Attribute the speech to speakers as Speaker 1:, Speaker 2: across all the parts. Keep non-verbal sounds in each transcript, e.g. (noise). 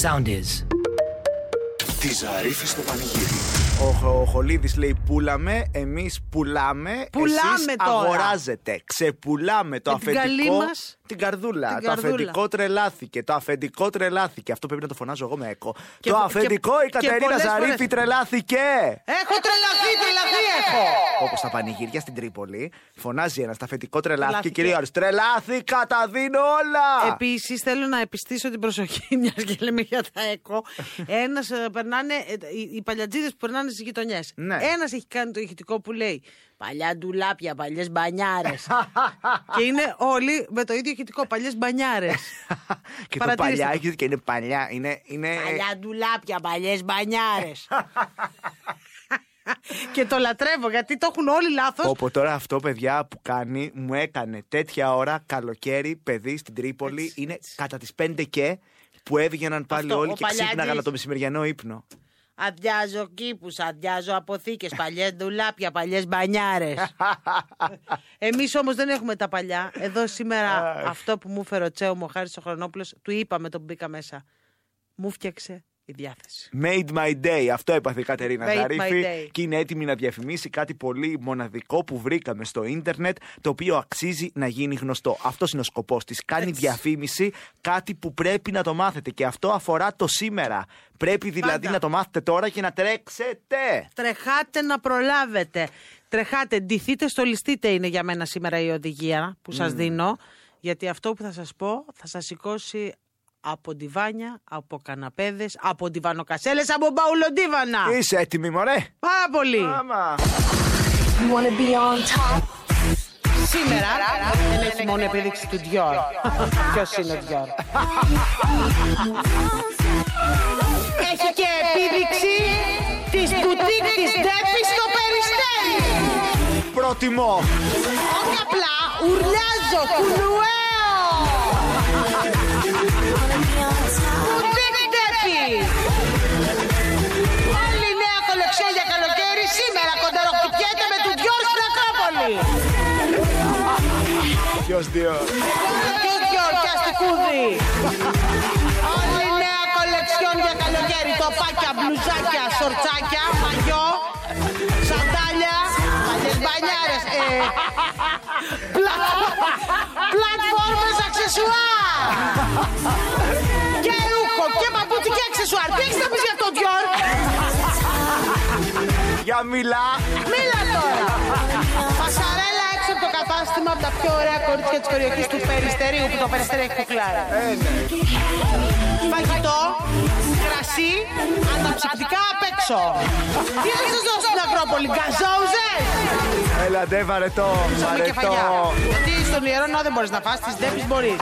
Speaker 1: Sound is.
Speaker 2: Τη Ζαρίφη στο πανηγύρι.
Speaker 3: Ο, Χο- ο Χολίδης λέει πουλάμε, εμείς πουλάμε,
Speaker 4: Πουλάμε
Speaker 3: εσείς
Speaker 4: τώρα.
Speaker 3: αγοράζετε. Ξεπουλάμε το
Speaker 4: Με την
Speaker 3: αφεντικό.
Speaker 4: καλή μας.
Speaker 3: Την καρδούλα.
Speaker 4: Την
Speaker 3: το
Speaker 4: καρδούλα.
Speaker 3: αφεντικό τρελάθηκε. Το αφεντικό τρελάθηκε. Αυτό πρέπει να το φωνάζω εγώ με έκο.
Speaker 4: Και-
Speaker 3: το
Speaker 4: και-
Speaker 3: αφεντικό η
Speaker 4: και
Speaker 3: Κατερίνα
Speaker 4: πολλές
Speaker 3: Ζαρίφη
Speaker 4: φορές.
Speaker 3: τρελάθηκε.
Speaker 4: Έχω τρελαθεί, τρελαθεί έχω.
Speaker 3: Όπως στα πανηγύρια στην Τρίπολη, φωνάζει ένας. Τα αφεντικό τρελάθηκε.
Speaker 4: Τρελάθηκε.
Speaker 3: Κυρία Άρης, τρελάθηκα, τα δίνω όλα.
Speaker 4: Επίσης, θέλω να επιστήσω την προσοχή, (laughs) μιας και λέμε για τα ΕΚΟ. Ένας περνάνε, ε, οι, οι παλιατζίδες που περνάνε στις γειτονιές.
Speaker 3: Ναι.
Speaker 4: Ένας έχει κάνει το ηχητικό που λέει Παλιά ντουλάπια, παλιές μπανιάρες. (laughs) και είναι όλοι με το ίδιο ηχητικό, παλιές μπανιάρες.
Speaker 3: (laughs)
Speaker 4: (laughs)
Speaker 3: και το
Speaker 4: παρατήρηστε
Speaker 3: παλιά
Speaker 4: το.
Speaker 3: έχεις και είναι παλιά. Είναι, είναι...
Speaker 4: Παλιά ντουλάπια, παλιές μπανιάρες. (laughs) και το λατρεύω γιατί το έχουν όλοι λάθος.
Speaker 3: Όπου τώρα αυτό, παιδιά, που κάνει, μου έκανε τέτοια ώρα καλοκαίρι, παιδί στην Τρίπολη.
Speaker 4: Έτσι,
Speaker 3: είναι κατά τις 5 και που έβγαιναν πάλι
Speaker 4: Αυτό,
Speaker 3: όλοι
Speaker 4: ο
Speaker 3: και ξύπναγαν
Speaker 4: Παλιάτης.
Speaker 3: από το μεσημεριανό ύπνο.
Speaker 4: Αδειάζω κήπους, αδειάζω αποθήκες, παλιές ντουλάπια, παλιές μπανιάρες. Εμείς όμως δεν έχουμε τα παλιά. Εδώ σήμερα αυτό που μου φέρε ο Τσέο μου, ο Χάρη ο Χρονόπουλο, του είπα με τον που μπήκα μέσα. Μου φτιάξε η διάθεση.
Speaker 3: Made my day. Αυτό έπαθε η Κατερίνα
Speaker 4: Made my
Speaker 3: Ζαρίφη.
Speaker 4: day.
Speaker 3: Και είναι έτοιμη να διαφημίσει κάτι πολύ μοναδικό που βρήκαμε στο ίντερνετ, το οποίο αξίζει να γίνει γνωστό. Αυτός είναι ο σκοπός της. Κάνει
Speaker 4: Έτσι.
Speaker 3: διαφήμιση κάτι που πρέπει να το μάθετε. Και αυτό αφορά το σήμερα. Πρέπει δηλαδή
Speaker 4: Πάντα.
Speaker 3: να το μάθετε τώρα και να τρέξετε.
Speaker 4: Τρεχάτε να προλάβετε. Τρεχάτε, ντυθείτε, στολιστείτε είναι για μένα σήμερα η οδηγία που σας δίνω. Γιατί αυτό που θα σας πω θα σας σηκώσει από ντιβάνια, από καναπέδες, από ντιβανοκασέλε, από μπαουλοντίβανα.
Speaker 3: Είσαι έτοιμη, μωρέ.
Speaker 4: Πάρα πολύ.
Speaker 3: Άμα.
Speaker 5: You wanna be on top?
Speaker 4: Σήμερα δεν έχει μόνο επίδειξη του Dior. Ποιος είναι ο Dior. Έχει και επίδειξη της μπουτίκ τη Ντέπη στο περιστέρι.
Speaker 3: Προτιμώ.
Speaker 4: Όχι απλά, ουρλιάζω, κουνουέω. Μπουτίκ Ντέπη. Άλλη νέα κολεξιόν για καλοκαίρι σήμερα κοντεροχτυπιέται με του Dior στην Ακρόπολη.
Speaker 3: Ποιος δύο.
Speaker 4: Τι γιορτιά στη κούδη! Όλη η νέα κολεξιόν για καλοκαίρι. Τοπάκια, μπλουζάκια, σορτσάκια, μαγιό, σαντάλια, παλιές μπανιάρες, ε, πλα- πλατφόρμες, αξεσουάρ. Και ρούχο και παπούτσι και αξεσουάρ. Τι έχεις να πεις για αυτό, Dior?
Speaker 3: Για μιλά.
Speaker 4: Μίλα τώρα! Πασαρέλα έξω από το κατάστημα από τα πιο ωραία κορίτσια της περιοχής του Περιστερίου που το Περιστερί έχει κουκλάρα. Φαγητό, κρασί, αναψυκτικά απ' έξω. Τι θα σας δώσω στην Ακρόπολη, γκαζόουζες!
Speaker 3: Έλα, ντε βαρετό.
Speaker 4: Ψωμί και
Speaker 3: Βαρετό.
Speaker 4: φαγιά. Γιατί στον Ιερό Νό δεν μπορείς να φας, στις Δέπης μπορείς.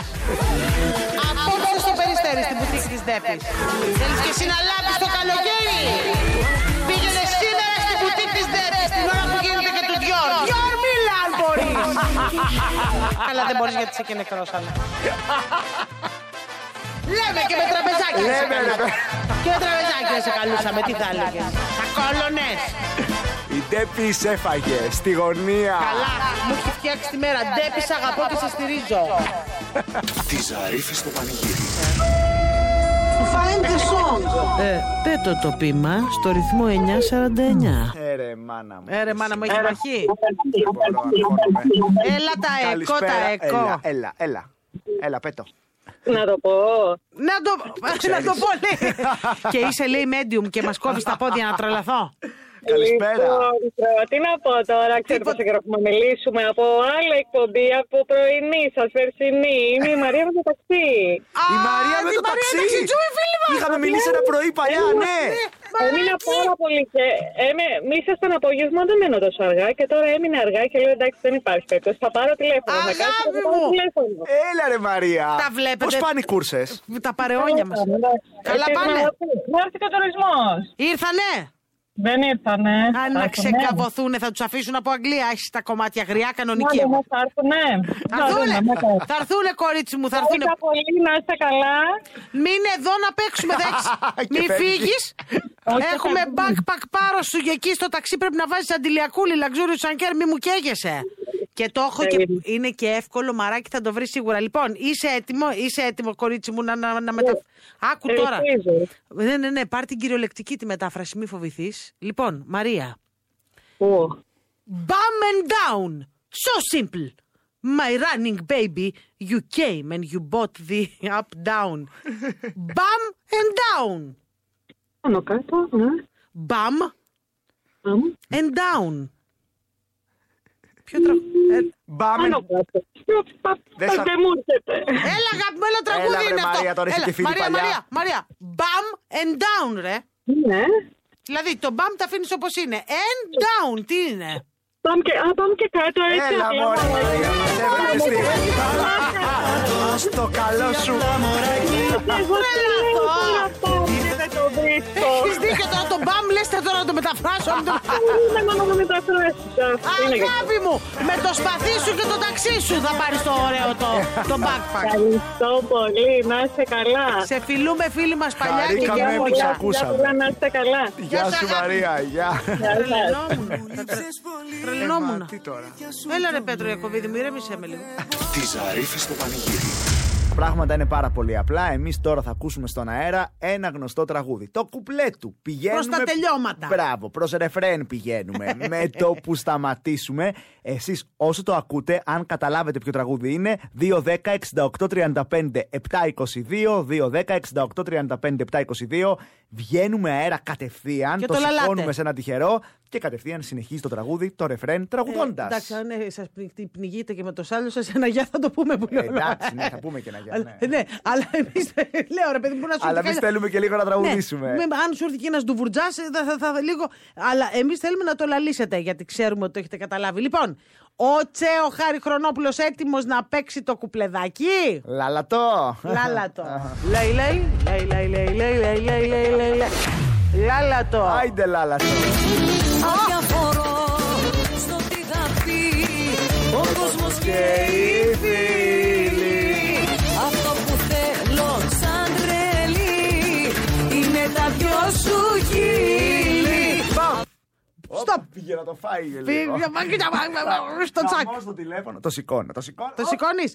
Speaker 4: Απόψε στο Περιστέρι, στην μπουτίκη της Δέπης. Θέλεις και εσύ να λάμπεις το καλοκαίρι. Πήγαινε σήμερα στην μπουτίκη της Δέπης, την ώρα που γίνεται και του Διόρ. Διόρ Μίλαν μπορείς. Καλά δεν μπορείς γιατί είσαι και νεκρός, αλλά. Λέμε και με τραπεζάκια. σε
Speaker 3: Λέμε,
Speaker 4: καλά.
Speaker 3: ρε.
Speaker 4: Και με τραπεζάκια σε καλούσαμε, τι θα έλεγες. Τα κόλωνες.
Speaker 3: Η Ντέπη σε έφαγε στη γωνία.
Speaker 4: Καλά, μου έχει φτιάξει τη μέρα. Ντέπη, σ' αγαπώ και σε στηρίζω.
Speaker 2: Τη Ζαρίφη στο πανηγύρι.
Speaker 4: Ε, πέτω το πείμα στο ρυθμό 949.
Speaker 3: Έρε, Ε, μάνα μου.
Speaker 4: Έρε, Ε, μάνα μου, έχει βραχεί.
Speaker 3: Δεν μπορώ, αγχώνομαι.
Speaker 4: Έλα τα εκό, τα
Speaker 3: Καλησπέρα.
Speaker 4: εκό.
Speaker 3: Έλα, έλα, έλα. Έλα, πέτω.
Speaker 6: Να το πω.
Speaker 4: Να το, να το πω, λέει. και είσαι, λέει, medium και μας κόβεις τα πόδια να τρελαθώ.
Speaker 3: Καλησπέρα.
Speaker 6: Λοιπόν, Προ, τι να πω τώρα, ξέρω
Speaker 4: Τίποτα.
Speaker 6: πόσο καιρό έχουμε να μιλήσουμε. Από άλλη εκπομπή, από πρωινή σας, περσινή. Είμαι η Μαρία με το ταξί.
Speaker 3: Η Μαρία με το ταξί. Είχαμε μιλήσει ένα πρωί παλιά, ναι.
Speaker 6: Έμεινα πάρα πολύ και έμε, μη ήσασταν απόγευμα, δεν μένω τόσο αργά και τώρα έμεινα αργά και λέω εντάξει δεν υπάρχει περίπτωση. Θα πάρω τηλέφωνο, θα κάτσω και θα
Speaker 4: Αγάπη
Speaker 6: πάρω
Speaker 4: μου.
Speaker 6: τηλέφωνο.
Speaker 3: Έλα, ρε Μαρία.
Speaker 4: Τα βλέπετε.
Speaker 3: Πώς πάνε οι κούρσες.
Speaker 4: Με τα παρεόνια Ε, μας. Καλά
Speaker 6: Ελπίζω
Speaker 4: πάνε.
Speaker 6: να- Να έρθει και ο τουρισμός.
Speaker 4: Ήρθανε.
Speaker 6: Δεν ήρθανε. ναι.
Speaker 4: Αν
Speaker 6: Θα
Speaker 4: να
Speaker 6: έρθουνε.
Speaker 4: ξεκαβωθούνε, θα τους αφήσουν από Αγγλία. Έχεις τα κομμάτια γριά, κανονική.
Speaker 6: Μάλλον ναι, θα έρθουνε.
Speaker 4: Θα
Speaker 6: Να δούμε,
Speaker 4: έρθουνε.
Speaker 6: να δούμε.
Speaker 4: Θα έρθουνε, κορίτσι μου, θα έρθουνε.
Speaker 6: Ευχαριστώ πολύ, να είστε καλά.
Speaker 4: Μην εδώ να παίξουμε, δεν έχεις-
Speaker 3: Και
Speaker 4: Μη
Speaker 3: φεύγεις.
Speaker 4: φύγεις.
Speaker 6: Όχι,
Speaker 4: Έχουμε
Speaker 6: θα φύγω.
Speaker 4: backpack πάρο σου και εκεί στο ταξί πρέπει να βάζεις αντιλιακούλη, λαξούριο σανκέρ, μη μου καίγεσαι. Και το έχω και είναι και εύκολο, μαράκι θα το βρεις σίγουρα. Λοιπόν, είσαι έτοιμο, είσαι έτοιμο, κορίτσι μου, να, να, να μετα... Άκου τώρα.
Speaker 6: Ελπίζω.
Speaker 4: Ναι, ναι, ναι, πάρ την κυριολεκτική τη μετάφραση, μη φοβηθείς. Λοιπόν, Μαρία.
Speaker 6: Ω.
Speaker 4: Bum and down. So simple. My running baby, you came and you bought the (laughs) up down. Bum and down.
Speaker 6: Πάνω κάτω, ναι.
Speaker 4: Bum
Speaker 6: Αμ,
Speaker 4: and down. Ποιο τρα... Ε,
Speaker 3: Μπάμε.
Speaker 6: Πάνω κάτω.
Speaker 3: Δεν σα-
Speaker 6: Δεν μου έρχεται.
Speaker 4: Έλα αγαπημένο τραγούδι
Speaker 3: Έλα, βρε,
Speaker 4: είναι αυτό.
Speaker 3: Μαρία, τώρα είσαι
Speaker 4: Έλα,
Speaker 3: και φίλη
Speaker 4: Μαρία,
Speaker 3: παλιά.
Speaker 4: Μαρία, Μαρία. Bum and down, ρε.
Speaker 6: Ναι.
Speaker 4: Δηλαδή το bum τα αφήνεις όπως είναι. And down, τι είναι.
Speaker 6: Πάμε και, α, πάμε και κάτω έτσι.
Speaker 3: Έλα
Speaker 6: απλά.
Speaker 3: μωρέ, Μαρία, μας ευχαριστεί. Στο καλό σου.
Speaker 6: Εγώ τι λέω,
Speaker 4: Τρελαθώ.
Speaker 6: τι να πω, δεν το βρίσκω.
Speaker 4: Έχεις δίκιο τώρα το μπαμ, λες τώρα να το μεταφράσω. αν το-
Speaker 6: Δεν να μου μεταφράσεις. Αυτό είναι για-
Speaker 4: Αγάπη μου, με το σπαθί σου και το ταξί σου θα πάρεις το ωραίο το, το backpack.
Speaker 6: Ευχαριστώ πολύ, να είστε καλά.
Speaker 4: Σε φιλούμε φίλοι μας παλιά και
Speaker 3: Χαρήκαμε
Speaker 4: καιρούρια.
Speaker 3: που σε ακούσαμε.
Speaker 6: Πολλά, να είστε καλά.
Speaker 3: Γεια σου
Speaker 4: αγάπη.
Speaker 3: Μαρία, γεια.
Speaker 4: Τρελαινόμουν.
Speaker 3: Ε, μα,
Speaker 4: Τρελαινόμουν.
Speaker 3: Τι τώρα.
Speaker 4: Έλα ρε Πέτρο Ιακωβίδη, μου ηρέμησε με λίγο.
Speaker 2: Τι ζαρίφη στο πανηγύρι.
Speaker 3: Πράγματα είναι πάρα πολύ απλά. Εμείς τώρα θα ακούσουμε στον αέρα ένα γνωστό τραγούδι. Το κουπλέ του. Πηγαίνουμε.
Speaker 4: Προς τα τελειώματα.
Speaker 3: Μπράβο, προς ρεφρέν πηγαίνουμε.
Speaker 4: (laughs)
Speaker 3: με το που σταματήσουμε, εσείς όσο το ακούτε, αν καταλάβετε ποιο τραγούδι είναι, 2-10-68-35-7-22, 2-10-68-35-7-22, βγαίνουμε αέρα κατευθείαν,
Speaker 4: Και
Speaker 3: το,
Speaker 4: το λαλάτε.
Speaker 3: σηκώνουμε σε ένα τυχερό και κατευθείαν συνεχίζει το τραγούδι, το ρεφρέν, τραγουδώντας.
Speaker 4: Ε, Εντάξει, αν ε, σας πνι- πνιγείτε και με το σάλιο σας, ένα γεια θα το πούμε που λέω.
Speaker 3: εντάξει, ναι, θα πούμε και ένα γεια,
Speaker 4: Αλλά-
Speaker 3: ναι.
Speaker 4: Ναι, αλλά εμείς, ε, λέω ρε παιδί μου, να σου
Speaker 3: Αλλά
Speaker 4: έρθει
Speaker 3: εμείς
Speaker 4: κανένα-
Speaker 3: θέλουμε και λίγο να τραγουδήσουμε.
Speaker 4: Ναι, με- αν σου έρθει και ένας ντουβουρτζάς, θα, θα, θα, λίγο. Αλλά εμείς θέλουμε να το λαλήσετε, γιατί ξέρουμε ότι το έχετε καταλάβει. Λοιπόν, ο Τσέ ο Χάρη Χρονόπουλος έτοιμος να παίξει το κουπλεδάκι.
Speaker 3: Λαλατό!
Speaker 4: Λάλα το. Λέει, λέει, λέει, λέει, λέει, λέει, λέει, λέει, λέει, λέει, λέει. Λάλα το.
Speaker 3: Άιντε λάλατο!
Speaker 1: αδιαφορώ στο τι θα πει ο κόσμος και οι φίλοι. Αυτό που θέλω σαν τρελή είναι τα δυο σου χείλη.
Speaker 3: Stop! Πήγε να το φάει λίγο.
Speaker 4: Πήγα, μα, κοίτα, μα, μα, μα, Στο τσακ.
Speaker 3: Σταματώ στο τηλέφωνο. Το σηκώνω, το σηκώνω.
Speaker 4: Το σηκώνει.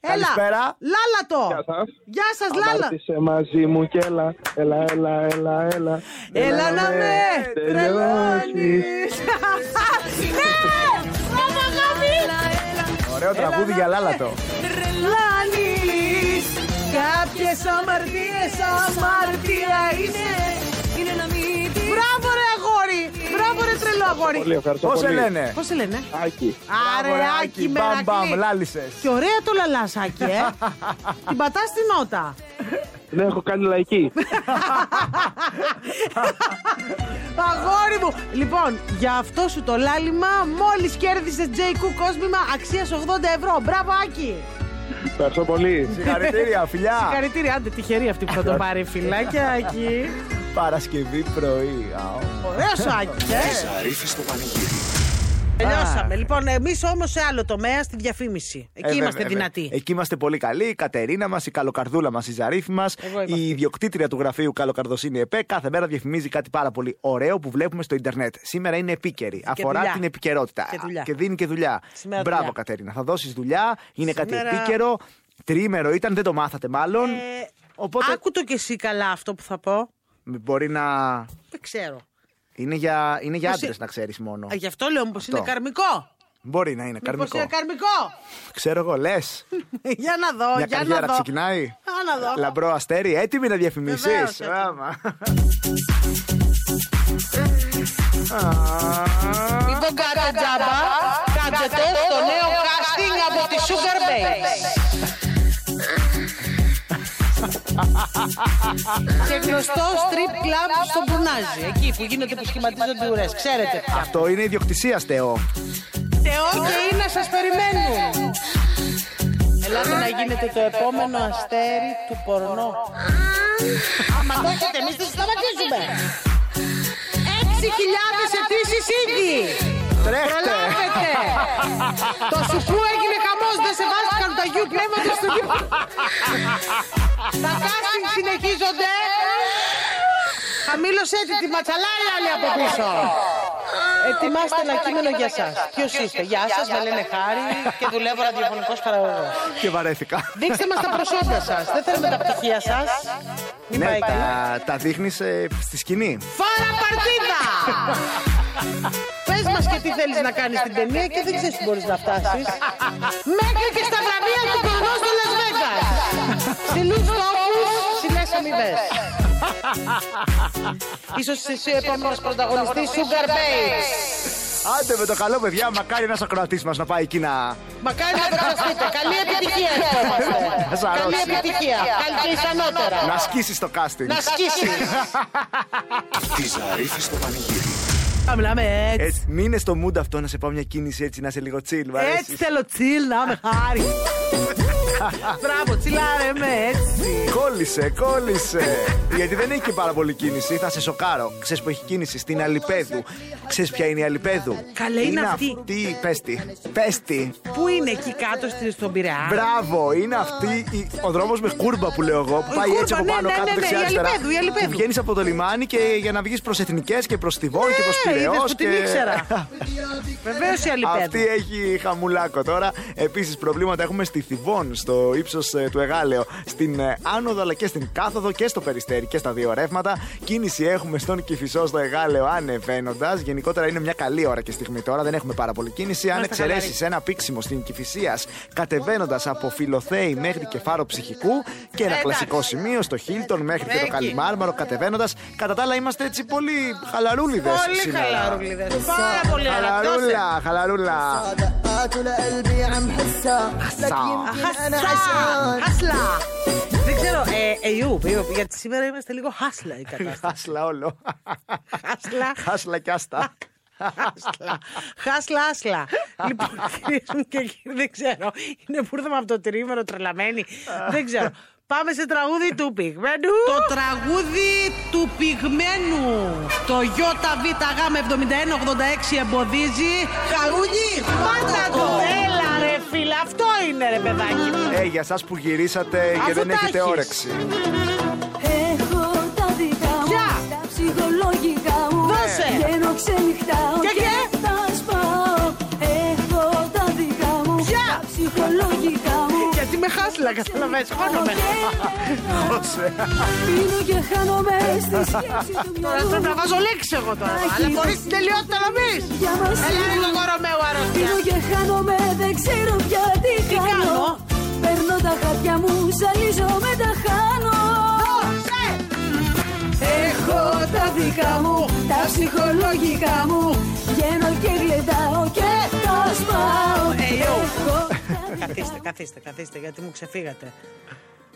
Speaker 4: Έλα.
Speaker 3: Καλησπέρα.
Speaker 4: Λάλα το.
Speaker 7: σας.
Speaker 4: Γεια σας, Λάλα.
Speaker 7: Πάρτισε μαζί μου και έλα, έλα, έλα, έλα, έλα.
Speaker 4: Έλα να με τρελώνεις. (laughs) Ναι, άμα γαμί.
Speaker 3: Ωραίο τραγούδι για λάλατο.
Speaker 1: Τρελάνεις
Speaker 4: Κάποιες αμαρτίες, αμαρτία είναι.
Speaker 1: είναι να μην τη
Speaker 4: Μπράβο ρε αγόρι, μπράβο ρε τρελό
Speaker 7: Πολύ
Speaker 4: αγόρι.
Speaker 7: ευχαριστώ
Speaker 3: Πώς σε
Speaker 7: πολύ.
Speaker 3: λένε.
Speaker 4: Πώς σε λένε,
Speaker 7: Άκη.
Speaker 3: Μπράβο, ρε, Άκη,
Speaker 4: Αρεάκι με
Speaker 3: Μπαμ, μπαμ, λάλησες.
Speaker 4: Και ωραία το λαλάσακι, ε. Την πατάς στην νότα.
Speaker 7: Δεν έχω κάνει λαϊκή.
Speaker 4: Αγόρι μου. Λοιπόν, για αυτό σου το λάλημα, μόλις κέρδισες JQ κόσμημα αξίας 80 ευρώ. Μπράβο Άκη.
Speaker 7: Ευχαριστώ πολύ.
Speaker 3: Συγχαρητήρια,
Speaker 4: (laughs)
Speaker 3: φιλιά.
Speaker 4: Συγχαρητήρια, άντε τυχερή αυτή που θα το
Speaker 3: (laughs)
Speaker 4: πάρει φιλάκια Άκη.
Speaker 3: Παρασκευή πρωί. Αου.
Speaker 4: Ωραίος ο Άκης, ε.
Speaker 2: Τις ζαρίφη στο πανηγύρι.
Speaker 4: Τελειώσαμε. Λοιπόν, εμείς όμως σε άλλο τομέα, στη διαφήμιση.
Speaker 3: Ε,
Speaker 4: Εκεί
Speaker 3: βέβαια,
Speaker 4: είμαστε
Speaker 3: βέβαια.
Speaker 4: δυνατοί.
Speaker 3: Εκεί είμαστε πολύ καλοί. Η Κατερίνα μας, η καλοκαρδούλα μας, η Ζαρίφη μας,
Speaker 4: Εγώ είμαι.
Speaker 3: η ιδιοκτήτρια του γραφείου Καλοκαρδοσύνη ΕΠΕ, κάθε μέρα διαφημίζει κάτι πάρα πολύ ωραίο που βλέπουμε στο Ιντερνετ. Σήμερα είναι επίκαιρη. αφορά
Speaker 4: δουλειά.
Speaker 3: την επικαιρότητα.
Speaker 4: Και δουλειά.
Speaker 3: δίνει και δουλειά.
Speaker 4: Σήμερα
Speaker 3: Μπράβο,
Speaker 4: δουλειά.
Speaker 3: Κατερίνα. Θα δώσεις δουλειά. Είναι
Speaker 4: Σήμερα-
Speaker 3: κάτι επίκαιρο. Τρίμερο ήταν, δεν το μάθατε μάλλον.
Speaker 4: Ε,
Speaker 3: λοιπόν, Οπότε
Speaker 4: Άκου το κι εσύ καλά αυτό που θα πω.
Speaker 3: μπορεί να.
Speaker 4: Δεν ξέρω.
Speaker 3: Είναι για, είναι για
Speaker 4: Πώς
Speaker 3: άντρες,
Speaker 4: ε-
Speaker 3: να ξέρεις μόνο.
Speaker 4: Α, γι' αυτό λέω μήπως
Speaker 3: Αυτό.
Speaker 4: είναι καρμικό.
Speaker 3: Μπορεί να είναι
Speaker 4: Μήπως
Speaker 3: καρμικό.
Speaker 4: είναι καρμικό. (laughs)
Speaker 3: Ξέρω εγώ, λες.
Speaker 4: για να δω,
Speaker 3: Μια
Speaker 4: για να
Speaker 3: καριέρα
Speaker 4: δω.
Speaker 3: ξεκινάει. Ε,
Speaker 4: Α, να δω.
Speaker 3: Λαμπρό αστέρι, έτοιμη να διαφημίσεις.
Speaker 4: Βεβαίως, έτοιμη. Μην τον κάνετε τζάμπα. Κάντε τεστ στο νέο casting από τη Sugar Babes. Σε γνωστό strip club στο Μπουνάζι. Εκεί που γίνεται που σχηματίζονται ουρές. Ξέρετε.
Speaker 3: Αυτό είναι ιδιοκτησία, Θεό.
Speaker 4: Θεό και είναι σας περιμένουν. Ελάτε να γίνετε το επόμενο αστέρι του πορνό. Άμα το έχετε εμείς δεν σταματήσουμε. 6.000 αιτήσεις ήδη.
Speaker 3: Τρέχτε! (laughs)
Speaker 4: Προλάβετε. Το σουφού έγινε χαμός, δεν σεβάστηκαν τα γιου πνεύματα στον κήπο. Τα κάστινγκ συνεχίζονται. Χαμήλωσέ τη, τη ματσαλάρια άλλη από πίσω. Ετοιμάστε ένα κείμενο για σας. Ποιος είστε. Γεια σας, με λένε Χάρη και δουλεύω ραδιοφωνικός παραγωγός.
Speaker 3: Και βαρέθηκα.
Speaker 4: Δείξτε μας τα προσόντα σας. Δεν θέλουμε τα πτυχία σας. Μην
Speaker 3: Ναι,
Speaker 4: πάει καλά.
Speaker 3: τα, τα δείχνει στη σκηνή.
Speaker 4: Φάρα παρτίδα! Πες μας και τι θέλεις να κάνεις στην ταινία και δεν ξέρεις τι μπορείς να φτάσεις. Μέχρι και στα βραβεία του κορμό στο Las Vegas. Ψηλούς τόπους, ψηλές αμοιβές. Ίσως εσύ ο επόμενος πρωταγωνιστής Sugar Babes.
Speaker 3: Άντε με το καλό, παιδιά, μακάρι ένας ακροατής μας να πάει εκεί να.
Speaker 4: Μακάρι να καταστείτε. Καλή επιτυχία
Speaker 3: Να σ'
Speaker 4: ευχόμαστε.
Speaker 3: αρρώσει.
Speaker 4: Καλή επιτυχία. Καλή και ικανότερα.
Speaker 3: να σκίσει το casting.
Speaker 4: Να σκίσει.
Speaker 2: Τη Ζαρίφη στο πανηγύρι.
Speaker 4: Θα μιλάμε
Speaker 3: Έτσι, μην είναι στο mood αυτό να σε πάω μια κίνηση έτσι να είσαι λίγο chill. μ' αρέσει.
Speaker 4: θέλω τσιλ να είμαι
Speaker 3: (laughs)
Speaker 4: χάρη. Μπράβο, τσιλάρε με έτσι.
Speaker 3: Κόλλησε, κόλλησε. Γιατί δεν έχει και πάρα πολύ κίνηση. Θα σε σοκάρω. Ξέρεις που έχει κίνηση στην Αλυπέδου. Ξέρεις ποια είναι η Αλυπέδου.
Speaker 4: Καλέ, είναι αυτή.
Speaker 3: αυτή. Πες τη. Πες τη.
Speaker 4: Πού είναι εκεί κάτω στη- στον Πειραιά.
Speaker 3: Μπράβο, είναι αυτή η, ο δρόμος με κούρμπα που λέω εγώ. Που πάει
Speaker 4: κούρμπα,
Speaker 3: έτσι από
Speaker 4: ναι,
Speaker 3: πάνω
Speaker 4: ναι,
Speaker 3: κάτω
Speaker 4: ναι, ναι,
Speaker 3: δεξιά
Speaker 4: η
Speaker 3: αριστερά.
Speaker 4: Αλυπέδου, η Αλυπέδου.
Speaker 3: Βγαίνεις από το λιμάνι και για να βγεις προς εθνικές και προς Τιβόν και προς
Speaker 4: Ε,
Speaker 3: Πυραιό.
Speaker 4: είδες που την
Speaker 3: (laughs)
Speaker 4: ήξερα. Βεβαίως η
Speaker 3: Αυτή
Speaker 4: Αλυπέδου.
Speaker 3: έχει χαμουλάκο τώρα. Επίσης, προβλήματα έχουμε στη Θιβών, στο ύψος του Εγάλεο, στην ε, άνοδο αλλά και στην κάθοδο και στο περιστέρι και στα δύο ρεύματα. Κίνηση έχουμε στον Κυφισό στο Εγάλεο ανεβαίνοντας. Γενικότερα είναι μια καλή ώρα και στιγμή τώρα, δεν έχουμε πάρα πολύ κίνηση. Αν
Speaker 4: Είμαστε
Speaker 3: εξαιρέσεις ένα πήξιμο στην Κυφυσίας κατεβαίνοντας από Φιλοθέη μέχρι και Φάρο Ψυχικού και ένα
Speaker 4: Ε, εντάξει.
Speaker 3: κλασικό σημείο στο Χίλτον μέχρι και το
Speaker 4: Εκεί.
Speaker 3: Καλιμάρμαρο κατεβαίνοντας. Κατά τα άλλα, είμαστε έτσι πολύ χαλαρούλιδες
Speaker 4: Πολύ
Speaker 3: σήμερα.
Speaker 4: χαλαρούλιδες. Πάρα πολύ χαλαρούλιδες.
Speaker 3: Χαλαρούλα, χαλαρούλα.
Speaker 8: طول قلبي عم حسها
Speaker 3: Χασά.
Speaker 4: Χασλά! Χασλά! Δεν ξέρω, ε, ε, Ιού, Ιού, γιατί σήμερα είμαστε λίγο χάσλα η κατάσταση.
Speaker 3: Χάσλα όλο.
Speaker 4: Χάσλα.
Speaker 3: Χάσλα κι άστα.
Speaker 4: Χάσλα, χάσλα, άσλα. λοιπόν, (laughs) κυρίες μου και κύριοι, δεν ξέρω. Είναι που ήρθαμε από το τρίμερο τρελαμένοι. δεν ξέρω. Πάμε σε τραγούδι του πυγμένου. Το τραγούδι του πυγμένου. Το ΙΒΓ7186 εμποδίζει. Χαρούνι, πάντα του. Έλα ρε φίλε, αυτό είναι ρε παιδάκι.
Speaker 3: Ε, για σας που γυρίσατε και
Speaker 4: Αφού
Speaker 3: δεν
Speaker 4: τα
Speaker 3: έχετε
Speaker 4: έχεις.
Speaker 3: όρεξη.
Speaker 1: Έχω τα δικά μου,
Speaker 4: Ποια?
Speaker 1: τα ψυχολογικά μου.
Speaker 4: Δώσε.
Speaker 1: Βγαίνω, ξενυχτάω
Speaker 4: Και, και?
Speaker 1: τα σπάω. Έχω τα δικά μου,
Speaker 4: Ποια?
Speaker 1: τα ψυχολογικά μου.
Speaker 4: Γιατί με χάσλα, καταλαβαίνεις, χώνομαι.
Speaker 3: Χώσε.
Speaker 1: Πίνω και χάνομαι στη σκέψη του
Speaker 4: Τώρα
Speaker 1: μυαλού
Speaker 4: πρέπει να βάζω λέξη εγώ τώρα. Αλλά χωρίς την τελειότητα να πεις.
Speaker 1: Για μας
Speaker 4: Έλα
Speaker 1: είναι.
Speaker 4: ρε Γογορομέου αρρώστια.
Speaker 1: Πίνω και χάνομαι, δεν ξέρω πια τι, κάνω.
Speaker 4: κάνω?
Speaker 1: Παίρνω τα χαρτιά μου, ζαλίζομαι, τα χάνω. Έχω τα δικά μου, τα ψυχολογικά μου. Βγαίνω και γλεντάω και τα σπάω. Έχω τα
Speaker 4: Καθίστε, καθίστε, καθίστε, γιατί μου ξεφύγατε.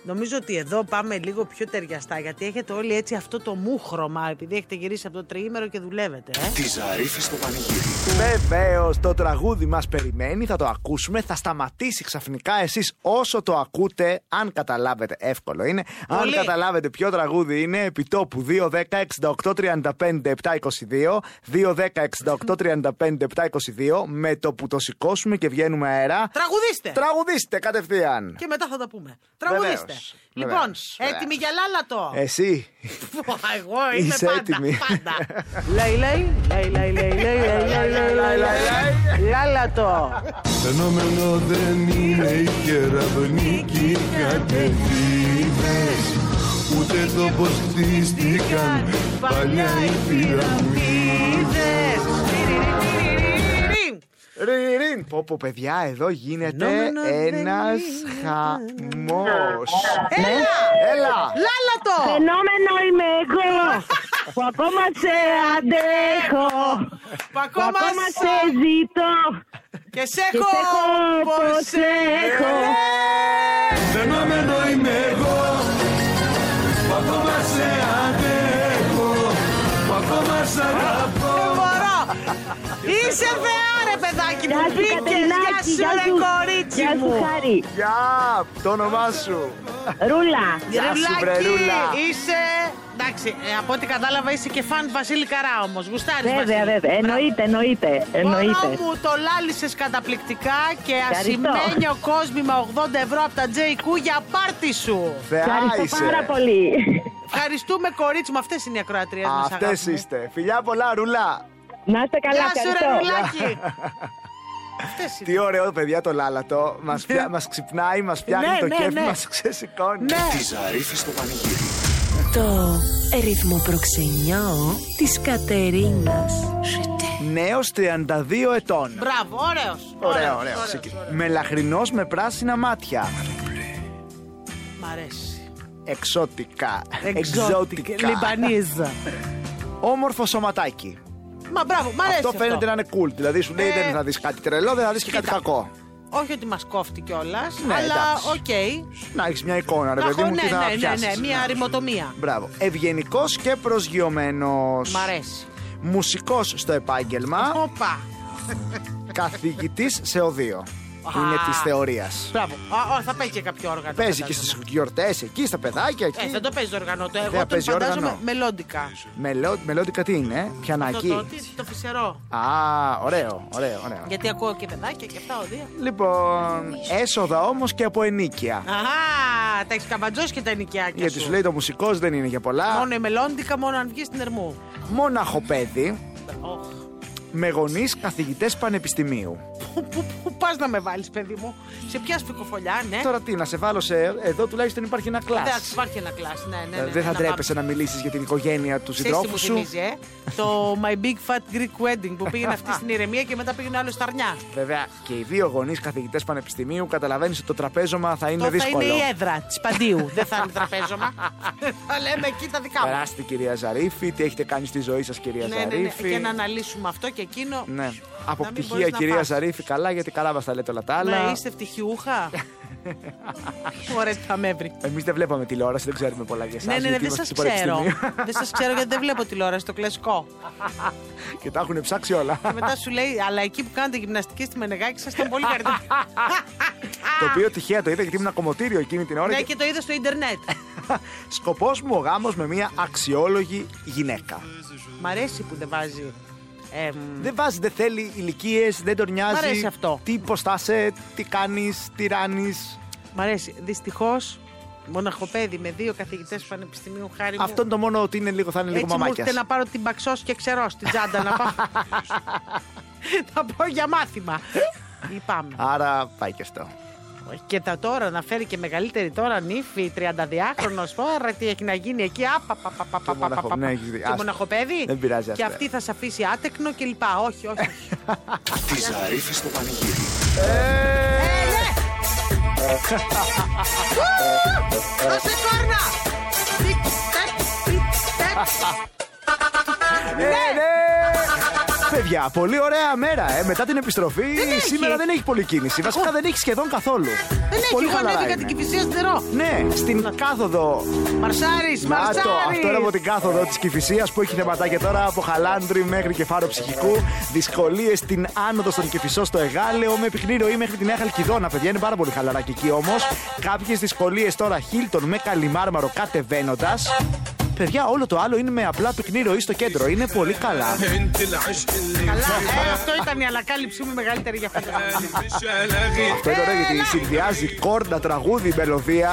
Speaker 4: Νομίζω ότι εδώ πάμε λίγο πιο ταιριαστά, γιατί έχετε όλοι έτσι αυτό το μούχρωμα, επειδή έχετε γυρίσει από το τριήμερο και δουλεύετε. Ε.
Speaker 2: Τη Ζαρίφη στο πανηγύρι.
Speaker 3: Βεβαίως, το τραγούδι μας περιμένει, θα το ακούσουμε. Θα σταματήσει ξαφνικά εσείς όσο το ακούτε, αν καταλάβετε. Εύκολο είναι.
Speaker 4: Πολύ.
Speaker 3: Αν καταλάβετε ποιο τραγούδι είναι, επιτόπου 2, 10, 68, 35, 722. 2, 10, 68, 35, 722. Με το που το σηκώσουμε και βγαίνουμε αέρα.
Speaker 4: Τραγουδίστε!
Speaker 3: Τραγουδίστε κατευθείαν.
Speaker 4: Και μετά θα τα πούμε. Τραγουδίστε.
Speaker 3: Βεβαίως,
Speaker 4: λοιπόν,
Speaker 3: βεβαίως,
Speaker 4: έτοιμοι
Speaker 3: βεβαίως.
Speaker 4: για λάλατο.
Speaker 3: Εσύ.
Speaker 4: Πω, Εγώ είμαι
Speaker 3: Είσαι
Speaker 4: πάντα.
Speaker 3: έτοιμη.
Speaker 4: Πάντα. (laughs) Λέει, λέει, λέει, λέει, λέει, λέει, λέει, λέει, λέει, λέει, λέει. Λάλατο.
Speaker 9: Φαινόμενο δεν είναι η κεραυνική κατευθύνες Ούτε το πως χτίστηκαν παλιά οι πυραμίδες
Speaker 4: Είδες. Τιριριριριριρι.
Speaker 3: Ριριρίν. Πω πω παιδιά, εδώ γίνεται
Speaker 4: Φαινόμενο δεν
Speaker 3: ένας
Speaker 4: είναι.
Speaker 3: χαμός.
Speaker 4: Έλα,
Speaker 3: Έλα!
Speaker 4: λάλατο.
Speaker 6: Φαινόμενο είμαι εγώ που ακόμα σε αντέχω. Που
Speaker 4: Πακόμα
Speaker 6: ακόμα σε ζητώ.
Speaker 4: Και σε
Speaker 6: Και σε
Speaker 4: έχω
Speaker 6: έχω
Speaker 4: πως
Speaker 6: προσέχω.
Speaker 4: έχω.
Speaker 9: Φαινόμενο είμαι εγώ που ακόμα σε αντέχω που ακόμα σ' αγαπώ
Speaker 4: Δεν μπορώ. Είσαι θεά ρε παιδάκι μου.
Speaker 6: Γεια σου
Speaker 4: Μπήκες. Γεια
Speaker 6: Κατερινάκη,
Speaker 4: σου
Speaker 6: γεια
Speaker 4: ρε
Speaker 6: σου.
Speaker 4: κορίτσι
Speaker 6: Γεια σου
Speaker 4: μου.
Speaker 6: Χάρη.
Speaker 3: Γεια! Το όνομά σου!
Speaker 6: Ρούλα.
Speaker 3: Γεια σου,
Speaker 4: Ρευλάκι,
Speaker 3: βρε, Ρούλα.
Speaker 4: Είσαι... Εντάξει, ε, από ό,τι κατάλαβα είσαι και φαν Βασίλη Καρά όμως. Γουστάρεις
Speaker 6: Βέβαια,
Speaker 4: Βασίλη.
Speaker 6: βέβαια. Εννοείται, εννοείται.
Speaker 4: Μωρό
Speaker 6: εννοείται.
Speaker 4: μου, το λάλησες καταπληκτικά και
Speaker 6: Ευχαριστώ.
Speaker 4: ασημένιο κόσμημα 80 ευρώ από τα JQ για πάρτι σου.
Speaker 3: Θεά
Speaker 6: Ευχαριστώ πάρα
Speaker 3: είσαι!
Speaker 6: πολύ. (laughs)
Speaker 4: Ευχαριστούμε κορίτσι μου, αυτές είναι οι ακροατρίες μας
Speaker 3: Αυτές
Speaker 4: αγάπη μου.
Speaker 3: είστε. Φιλιά πολλά, ρουλά!
Speaker 6: Να είστε καλά,
Speaker 4: Γεια σου, ρε
Speaker 6: ευχαριστώ.
Speaker 4: Ρουλάκη.
Speaker 3: (laughs)
Speaker 4: Αυτές είναι.
Speaker 3: Τι ωραίο, παιδιά, το λάλατο. Μας μας ξυπνάει, μας
Speaker 4: Ναι,
Speaker 3: πιάνει το
Speaker 4: ναι,
Speaker 3: κέφι,
Speaker 4: ναι.
Speaker 3: μας ξεσηκώνει.
Speaker 4: Ναι.
Speaker 2: Τη Ζαρίφη στο πανηγύρι.
Speaker 1: Το ρυθμό προξενιό της Κατερίνας.
Speaker 3: Νέο 32 ετών.
Speaker 4: Μπράβο, ωραίος.
Speaker 3: Ωραίο,
Speaker 4: ωραίος,
Speaker 3: ωραίο.
Speaker 4: ωραίος,
Speaker 3: Σίκη.
Speaker 4: ωραίος.
Speaker 3: Μελαχρινός με πράσινα μάτια.
Speaker 4: Μ' αρέσει.
Speaker 3: Εξωτικά.
Speaker 4: Λιμπανίζα.
Speaker 3: Όμορφο σωματάκι.
Speaker 4: Μα μπράβο, μ' αρέσει.
Speaker 3: Αυτό φαίνεται να είναι cool. Δηλαδή σου λέει
Speaker 4: Ε,
Speaker 3: δεν θα δεις κάτι τρελό, δεν θα δεις και κάτι
Speaker 4: κοίτα.
Speaker 3: κακό.
Speaker 4: Όχι ότι μας κόφτει κιόλας,
Speaker 3: Ναι,
Speaker 4: αλλά
Speaker 3: εντάξει.
Speaker 4: οκ.
Speaker 3: Να έχεις μια εικόνα, ρε
Speaker 4: Να
Speaker 3: παιδί
Speaker 4: έχω-
Speaker 3: μου,
Speaker 4: ναι,
Speaker 3: τι θα
Speaker 4: ναι, ναι, ναι,
Speaker 3: πιάσεις.
Speaker 4: μία ρημοτομία.
Speaker 3: Μπράβο. Ευγενικός και προσγειωμένος.
Speaker 4: Μ' αρέσει.
Speaker 3: Μουσικός στο επάγγελμα.
Speaker 4: Όπα.
Speaker 3: Καθηγητής σε οδείο. Είναι της θεωρίας.
Speaker 4: Μπράβο. Α, α, θα παίζει και κάποιο όργανο.
Speaker 3: Παίζει και στι
Speaker 4: φαντάζομαι.
Speaker 3: γιορτές εκεί, στα παιδάκια
Speaker 4: Ε,
Speaker 3: εκεί.
Speaker 4: δεν το παίζει το όργανο του. Εγώ
Speaker 3: Δεν
Speaker 4: τον
Speaker 3: Ε, παίζει
Speaker 4: φαντάζομαι
Speaker 3: όργανο.
Speaker 4: μελόντικα.
Speaker 3: Μελό- Μελόδικα τι είναι, ε?
Speaker 4: Το,
Speaker 3: πιανάκι.
Speaker 4: το, τι, το φυσερό.
Speaker 3: Α, ωραίο, ωραίο, ωραίο.
Speaker 4: Γιατί ακούω και παιδάκια και αυτά οδεία.
Speaker 3: Λοιπόν, έσοδα όμως και από ενίκεια.
Speaker 4: Αχά, τα έχεις καμπατζώσει και τα νοικιάκια.
Speaker 3: Γιατί σου λέει το μουσικός δεν είναι για πολλά.
Speaker 4: Μόνο η μελόντικα, μόνο αν βγεις στην Ερμού.
Speaker 3: Μόναχο παιδί
Speaker 4: Οχ.
Speaker 3: με γονείς καθηγητές πανεπιστημίου.
Speaker 4: Πού, πού, πού πας να με βάλεις, παιδί μου. Σε ποια σφικοφολιά, ναι.
Speaker 3: Τώρα τι, να σε βάλω σε. Εδώ τουλάχιστον υπάρχει ένα
Speaker 4: Εντάξει,
Speaker 3: κλάσ.
Speaker 4: υπάρχει ένα κλάσ. Ναι, ναι, ναι,
Speaker 3: Ε, δεν θα
Speaker 4: ένα
Speaker 3: τρέπεσαι να μιλήσεις για την οικογένεια του
Speaker 4: Ξέρεις τι μου
Speaker 3: συντρόφου σου.
Speaker 4: θυμίζει, ε? το My Big Fat Greek Wedding που πήγαινε αυτή στην ηρεμία και μετά πήγαινε άλλο στα αρνιά.
Speaker 3: Βέβαια, και οι δύο γονείς καθηγητές πανεπιστημίου καταλαβαίνεις ότι το τραπέζωμα θα είναι
Speaker 4: Το θα
Speaker 3: δύσκολο.
Speaker 4: είναι η έδρα της παντίου. Δεν θα είναι τραπέζωμα. θα λέμε εκεί τα δικά μου.
Speaker 3: Περάστε, κυρία Ζαρίφη, τι έχετε κάνει στη ζωή σας, κυρία
Speaker 4: Ναι, ναι, ναι.
Speaker 3: Ζαρίφη.
Speaker 4: Και να αναλύσουμε αυτό και εκείνο.
Speaker 3: Ναι. Από
Speaker 4: Να μην μπορείς
Speaker 3: πτυχία,
Speaker 4: να
Speaker 3: κυρία
Speaker 4: πας.
Speaker 3: Ζαρίφη, καλά, γιατί καλά μας τα λέτε όλα τα άλλα.
Speaker 4: Ναι, είστε ευτυχιούχα. Ωραία, θα με βρει.
Speaker 3: Εμείς δεν βλέπαμε τηλεόραση, δεν ξέρουμε πολλά για εσάς.
Speaker 4: Ναι, ναι, ναι, δεν σα ξέρω. (laughs) δεν σας ξέρω γιατί δεν βλέπω τηλεόραση, το κλασικό.
Speaker 3: (laughs) και τα έχουν ψάξει όλα.
Speaker 4: και μετά σου λέει, αλλά εκεί που κάνετε γυμναστική στη Μενεγάκη σας ήταν
Speaker 3: (laughs)
Speaker 4: πολύ καλύτερα.
Speaker 3: το οποίο τυχαία το είδα γιατί ήμουν κομμωτήριο εκείνη την ώρα.
Speaker 4: ναι,
Speaker 3: και...
Speaker 4: και το είδα στο Ιντερνετ.
Speaker 3: (laughs) Σκοπός μου ο γάμος με μια αξιόλογη γυναίκα.
Speaker 4: Μ' αρέσει που δεν βάζει. εμ,
Speaker 3: Δεν βάζει, δεν θέλει ηλικίες, δεν τον νοιάζει.
Speaker 4: αρέσει αυτό.
Speaker 3: Τι ποστάσαι, τι κάνεις, τι ράνεις.
Speaker 4: Μ' αρέσει. Δυστυχώς, μοναχοπέδι με δύο καθηγητές πανεπιστημίου χάρη μου.
Speaker 3: Αυτό είναι το μόνο ότι είναι λίγο, θα είναι λίγο
Speaker 4: Έτσι μου
Speaker 3: μαμάκιας.
Speaker 4: έρχεται να πάρω την παξός και ξερό στην τσάντα να
Speaker 3: (laughs)
Speaker 4: πάω. να πάω για μάθημα. Λυπάμαι.
Speaker 3: Άρα πάει και αυτό.
Speaker 4: Και τα τώρα να φέρει και μεγαλύτερη τώρα νύφη, 32χρονο. Ωραία, τι έχει να γίνει εκεί. Άπα, πα, πα, πα, πα, πα, πα,
Speaker 3: μοναχο-
Speaker 4: πα.
Speaker 3: ναι, έχεις δει.
Speaker 4: Και
Speaker 3: Άστα.
Speaker 4: μοναχοπέδι.
Speaker 3: Δεν πειράζει,
Speaker 4: Και
Speaker 3: άστα.
Speaker 4: αυτή θα σε αφήσει άτεκνο κλπ. Όχι, όχι.
Speaker 2: (laughs)
Speaker 4: Ε, ναι.
Speaker 2: Τη Ζαρίφη στο πανηγύρι.
Speaker 4: (laughs) Δώσε κόρνα! Τικ, τακ, τικ, τακ.
Speaker 3: Ναι, ναι! Παιδιά, πολύ ωραία μέρα. Ε. Μετά την επιστροφή,
Speaker 4: έχει.
Speaker 3: σήμερα δεν έχει πολύ κίνηση. Βασικά δεν έχει σχεδόν καθόλου.
Speaker 4: Δεν έχει,
Speaker 3: πολύ
Speaker 4: εγώ
Speaker 3: χαλαρά
Speaker 4: ανέβηκα
Speaker 3: είναι.
Speaker 4: την κυφυσία στο νερό.
Speaker 3: Ναι, στην κάθοδο.
Speaker 4: Μαρσάρις,
Speaker 3: Να
Speaker 4: μαρσάρι!
Speaker 3: το, αυτό είναι από την κάθοδο της Κυφυσίας που έχει θεματάκια τώρα από χαλάντρι μέχρι και φάρο ψυχικού. Δυσκολίες στην άνοδο στον Κυφισό στο Εγάλεο με πυκνή ροή μέχρι τη Νέα Χαλκιδόνα. Παιδιά είναι πάρα πολύ χαλαρά και εκεί όμως. Κάποιες δυσκολίες τώρα Χίλτον με καλυμάρμαρο κατεβαίνοντας. Παιδιά, όλο το άλλο είναι με απλά πυκνή ροή στο κέντρο. Είναι πολύ καλά.
Speaker 4: Καλά, ε, αυτό ήταν η ανακάλυψή μου μεγαλύτερη για (laughs) φέτος.
Speaker 3: Αυτό είναι ωραίο γιατί συνδυάζει κόρτα, τραγούδι, μελωδία.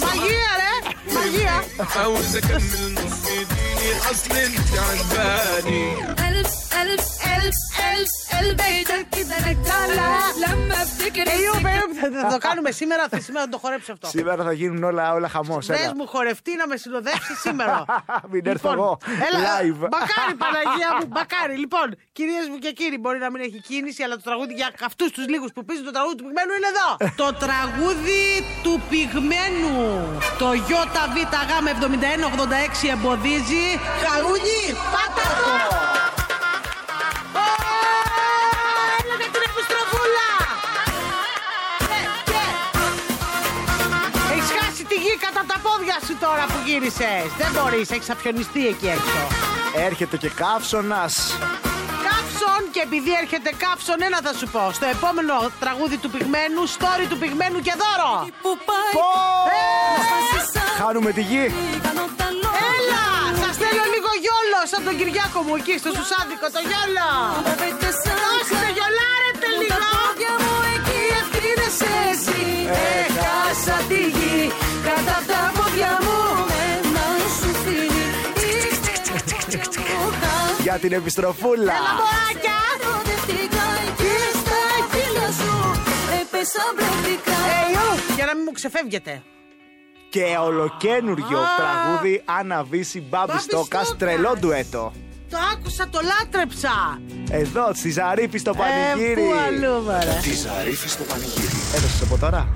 Speaker 4: Μαγεία, ρε! Μαγεία!
Speaker 9: عاوز اكمل نص ديني اصل انت عجباني
Speaker 5: قلب قلب قلب قلب قلبي ده كده رجاله لما افتكر
Speaker 4: Περίπου, περίπου, θα- θα το κάνουμε σήμερα, θα σήμερα θα το χορέψω αυτό.
Speaker 3: Σήμερα θα γίνουν όλα, όλα χαμό.
Speaker 4: Πες μου χορευτή να με συνοδεύσει σήμερα.
Speaker 3: (laughs) Μην έρθω
Speaker 4: Λοιπόν,
Speaker 3: εγώ.
Speaker 4: έλα,
Speaker 3: Live. (laughs)
Speaker 4: Μπακάρι, Παναγία μου, μπακάρι. Λοιπόν, κυρίε μου και κύριοι, μπορεί να μην έχει κίνηση, αλλά το τραγούδι για αυτού του λίγου που πείζουν το τραγούδι του πυγμένου είναι εδώ. το τραγούδι του πυγμένου. Το ΙΒΓ7186 εμποδίζει. Χαρούνι, πάτα το! Ω, Έλα με την επιστροφούλα! Έχει χάσει τη γη κατά τα πόδια σου τώρα που γύρισε. Δεν μπορεί, έχει απιονιστεί εκεί έξω.
Speaker 3: Έρχεται και καύσωνα.
Speaker 4: Κάψον και επειδή έρχεται κάψον, ένα θα σου πω. Στο επόμενο τραγούδι του πυγμένου, story του πυγμένου και δώρο.
Speaker 1: Που πάει
Speaker 3: Πω!
Speaker 1: στα σισά,
Speaker 3: Χάνουμε τη γη.
Speaker 1: κάνω τα λόγια.
Speaker 4: Έλα! Σα θέλω λίγο γιόλο από τον Κυριάκο μου εκεί στο Σουσάδικο, το γιόλο.
Speaker 1: Τα πέτες σαν
Speaker 4: Δώστε, γιολάρετε
Speaker 1: χάρη, τα
Speaker 4: λίγο.
Speaker 1: πόδια μου εκεί ευθύνεσαι εσύ. Έχασα Ε, τη γη κατά τα πόδια μου. Ένα σου φίλι.
Speaker 3: για την επιστροφούλα.
Speaker 4: Έλα, μωράκια!
Speaker 1: Ερωτευτικά και στα χείλια σου έπεσα μπλεχτικά.
Speaker 4: Ε, ιού, Για να μην μου ξεφεύγετε.
Speaker 3: Και ολοκένουργιο
Speaker 4: Α.
Speaker 3: τραγούδι Αναβίση Μπάμπη
Speaker 4: Μπάμπη
Speaker 3: Στόκα,
Speaker 4: Στόκας.
Speaker 3: τρελό ντουέτο.
Speaker 4: Το άκουσα, το λάτρεψα.
Speaker 3: Εδώ, στη Ζαρίφη στο
Speaker 4: Ε,
Speaker 3: πανηγύρι.
Speaker 4: πού αλλού, μωρέ.
Speaker 2: Τη Ζαρίφη στο πανηγύρι.
Speaker 3: Έδωσες από τώρα.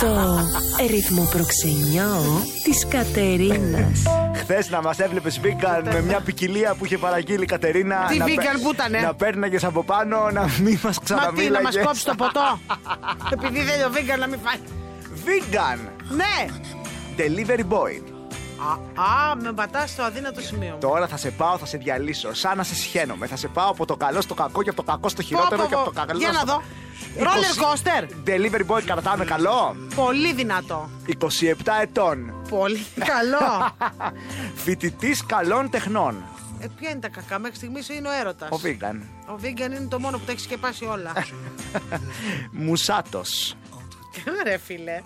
Speaker 10: Το ρυθμό προξενιό της Κατερίνας.
Speaker 4: Ναι.
Speaker 3: Χθες να μας έβλεπες vegan με μια ποικιλία που είχε παραγγείλει η Κατερίνα.
Speaker 4: Τι
Speaker 3: να
Speaker 4: vegan
Speaker 3: παί-
Speaker 4: που ήτανε?
Speaker 3: Να παίρναγε από πάνω, να μην μας
Speaker 4: Μα τι,
Speaker 3: ξαναμίλαγε.
Speaker 4: να μας κόψεις το ποτό. (laughs) Επειδή δεν είναι ο Βίγκαν να μην φάει.
Speaker 3: Vegan
Speaker 4: Ναι.
Speaker 3: delivery boy.
Speaker 4: Α, α, με πατάς στο αδύνατο σημείο.
Speaker 3: Τώρα θα σε πάω, θα σε διαλύσω. Σαν να σε σχένομαι. Θα σε πάω από το καλό στο κακό και από το κακό στο χειρότερο
Speaker 4: πω,
Speaker 3: και από το
Speaker 4: πω.
Speaker 3: κακό.
Speaker 4: Για να
Speaker 3: στο-
Speaker 4: δω.
Speaker 3: 20
Speaker 4: Roller coaster.
Speaker 3: Delivery boy κρατάμε καλό.
Speaker 4: Πολύ δυνατό.
Speaker 3: 27 ετών. (laughs)
Speaker 4: Πολύ καλό.
Speaker 3: Φοιτητής καλών τεχνών.
Speaker 4: ε, ποια είναι τα κακά, μέχρι στιγμής είναι ο έρωτας.
Speaker 3: Ο vegan.
Speaker 4: Ο vegan είναι το μόνο που τα έχεις σκεπάσει όλα.
Speaker 3: (laughs) Μουσάτος.
Speaker 4: Ρε φίλε.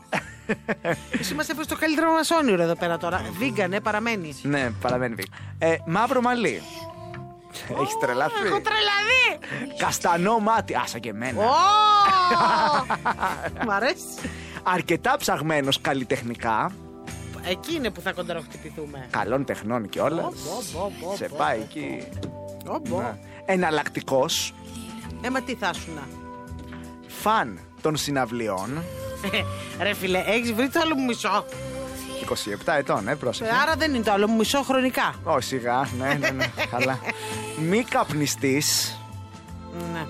Speaker 4: Εσύ είμαστε προ το καλύτερο μας όνειρο εδώ πέρα τώρα. Vegan, ε, παραμένεις.
Speaker 3: ναι, παραμένει vegan. Ε, μαύρο μαλλί. Έχεις τρελαθεί. (laughs)
Speaker 4: Έχω τρελαδεί.
Speaker 3: Καστανό μάτι. Άσα και εμένα.
Speaker 4: Ω! Μ' αρέσει.
Speaker 3: Αρκετά ψαγμένος καλλιτεχνικά.
Speaker 4: Εκεί είναι που θα κοντεροχτυπηθούμε.
Speaker 3: Καλών τεχνών και όλα. Σε πάει εκεί.
Speaker 4: Όμπο.
Speaker 3: Εναλλακτικός.
Speaker 4: Ε, μα τι θα σουνα.
Speaker 3: Φαν των συναυλιών.
Speaker 4: (laughs) Ρε φίλε, έχεις βρει το άλλο μου μισό.
Speaker 3: 27 ετών, ε, πρόσεχε.
Speaker 4: Ε, Άρα δεν είναι το άλλο μου μισό χρονικά.
Speaker 3: Όχι, σιγά, ναι, ναι, ναι, καλά. Μη καπνιστή.
Speaker 4: Ναι.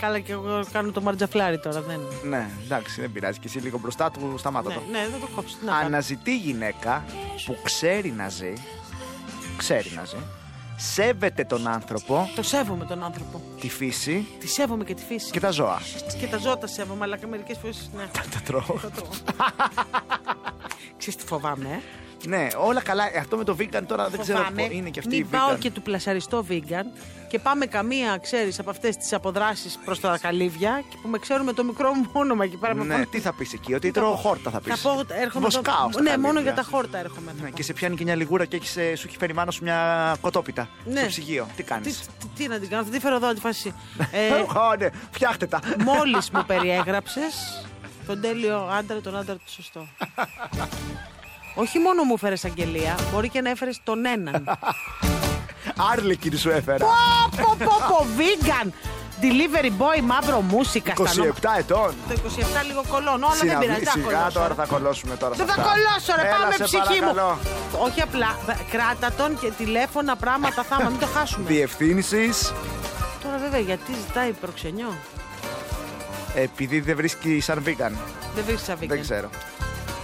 Speaker 4: Καλά και εγώ κάνω το μαρτζαφλάρι τώρα, δεν είναι.
Speaker 3: Ναι, εντάξει, δεν πειράζει. Και εσύ λίγο μπροστά του, σταμάτα
Speaker 4: Ναι,
Speaker 3: το.
Speaker 4: ναι, δεν το κόψω. Τι να κάνω.
Speaker 3: Αναζητεί γυναίκα που ξέρει να ζει. Ξέρει να ζει. Σέβεται τον άνθρωπο,
Speaker 4: Το σέβομαι τον άνθρωπο.
Speaker 3: τη φύση
Speaker 4: Τη σέβομαι και τη φύση.
Speaker 3: και
Speaker 4: Και,
Speaker 3: τα ζώα.
Speaker 4: τα ζώα τα σέβομαι, αλλά και μερικές φορές. Ναι,
Speaker 3: Τα τρώω.
Speaker 4: τα τρώω. Ξέρεις τι φοβάμαι, ε.
Speaker 3: Ναι, όλα καλά. Ε, Αυτό με το vegan τώρα δεν ξέρω.
Speaker 4: Φοβάμαι.
Speaker 3: πο- Είναι και αυτή η
Speaker 4: Μην πάω
Speaker 3: vegan.
Speaker 4: και του πλασαριστώ vegan και πάμε καμία, ξέρεις, από αυτές τις αποδράσεις προς τα καλύβια και που με ξέρουν με το μικρό μου όνομα εκεί πέρα.
Speaker 3: Ναι, τι θα πεις εκεί, ότι τρώω χόρτα θα πει.
Speaker 4: Θα πω, έρχομαι εδώ-
Speaker 3: Βοσκάω. στα
Speaker 4: Ναι,
Speaker 3: καλύβια.
Speaker 4: μόνο για τα χόρτα έρχομαι. θα
Speaker 3: Ναι,
Speaker 4: πω.
Speaker 3: και σε πιάνει και μια λιγούρα και έχεις, ε, σου έχει φέρει μάνα σου μια κοτόπιτα
Speaker 4: Ναι.
Speaker 3: στο ψυγείο. Τι κάνεις.
Speaker 4: Τι, τι, τι να την κάνω, θα τη φέρω εδώ τη φάση.
Speaker 3: Ε, (laughs)
Speaker 4: Ε,
Speaker 3: ναι, φτιάχτε τα.
Speaker 4: Μόλις μου περιέγραψες τον τέλειο άντρα, τον άντρα του σωστό. Όχι μόνο μου φέρες αγγελία, μπορεί και να έφερες τον
Speaker 3: (laughs)
Speaker 4: έναν.
Speaker 3: Άρλικιν σου έφερα.
Speaker 4: πω, πω, πω, πω, vegan! Delivery boy, μαύρο μουσικα,
Speaker 3: 27 ετών.
Speaker 4: Το 27 λίγο κολών, όλα δεν
Speaker 3: Συναυλή-
Speaker 4: πειράζει. δεν θα
Speaker 3: Σιγά
Speaker 4: κολλώσω,
Speaker 3: τώρα
Speaker 4: ρε.
Speaker 3: θα κολλώσουμε τώρα. σε
Speaker 4: Δεν θα
Speaker 3: αυτά.
Speaker 4: κολλώσω, ρε,
Speaker 3: Έλα,
Speaker 4: πάμε
Speaker 3: σε
Speaker 4: ψυχή
Speaker 3: παρακαλώ.
Speaker 4: μου. Όχι απλά, θα- κράτα τον και τηλέφωνα, πράγματα, θάμα, μην το χάσουμε.
Speaker 3: Διευθύνσεις,
Speaker 4: Τώρα βέβαια, γιατί ζητάει προξενιό.
Speaker 3: επειδή δεν βρίσκει σαν vegan.
Speaker 4: Δεν βρίσκει σαν
Speaker 3: Δεν
Speaker 4: vegan.
Speaker 3: ξέρω.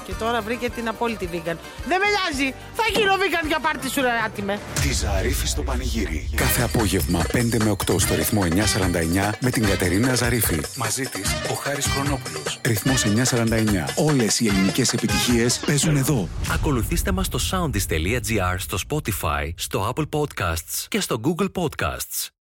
Speaker 4: Και τώρα βρήκε την απόλυτη vegan. Δεν με νοιάζει. Θα γίνω vegan για πάρτι σου, ρε άτιμε.
Speaker 2: Τη Ζαρίφη στο πανηγύρι.
Speaker 9: Κάθε απόγευμα 5 με 8 στο ρυθμό 949 με την Κατερίνα Ζαρίφη. Μαζί της ο Χάρης Χρονόπουλος. Ρυθμός 949. Όλες οι ελληνικές επιτυχίες παίζουν εδώ.
Speaker 11: Ακολουθήστε μας στο soundis.gr, στο Spotify, στο Apple Podcasts και στο Google Podcasts.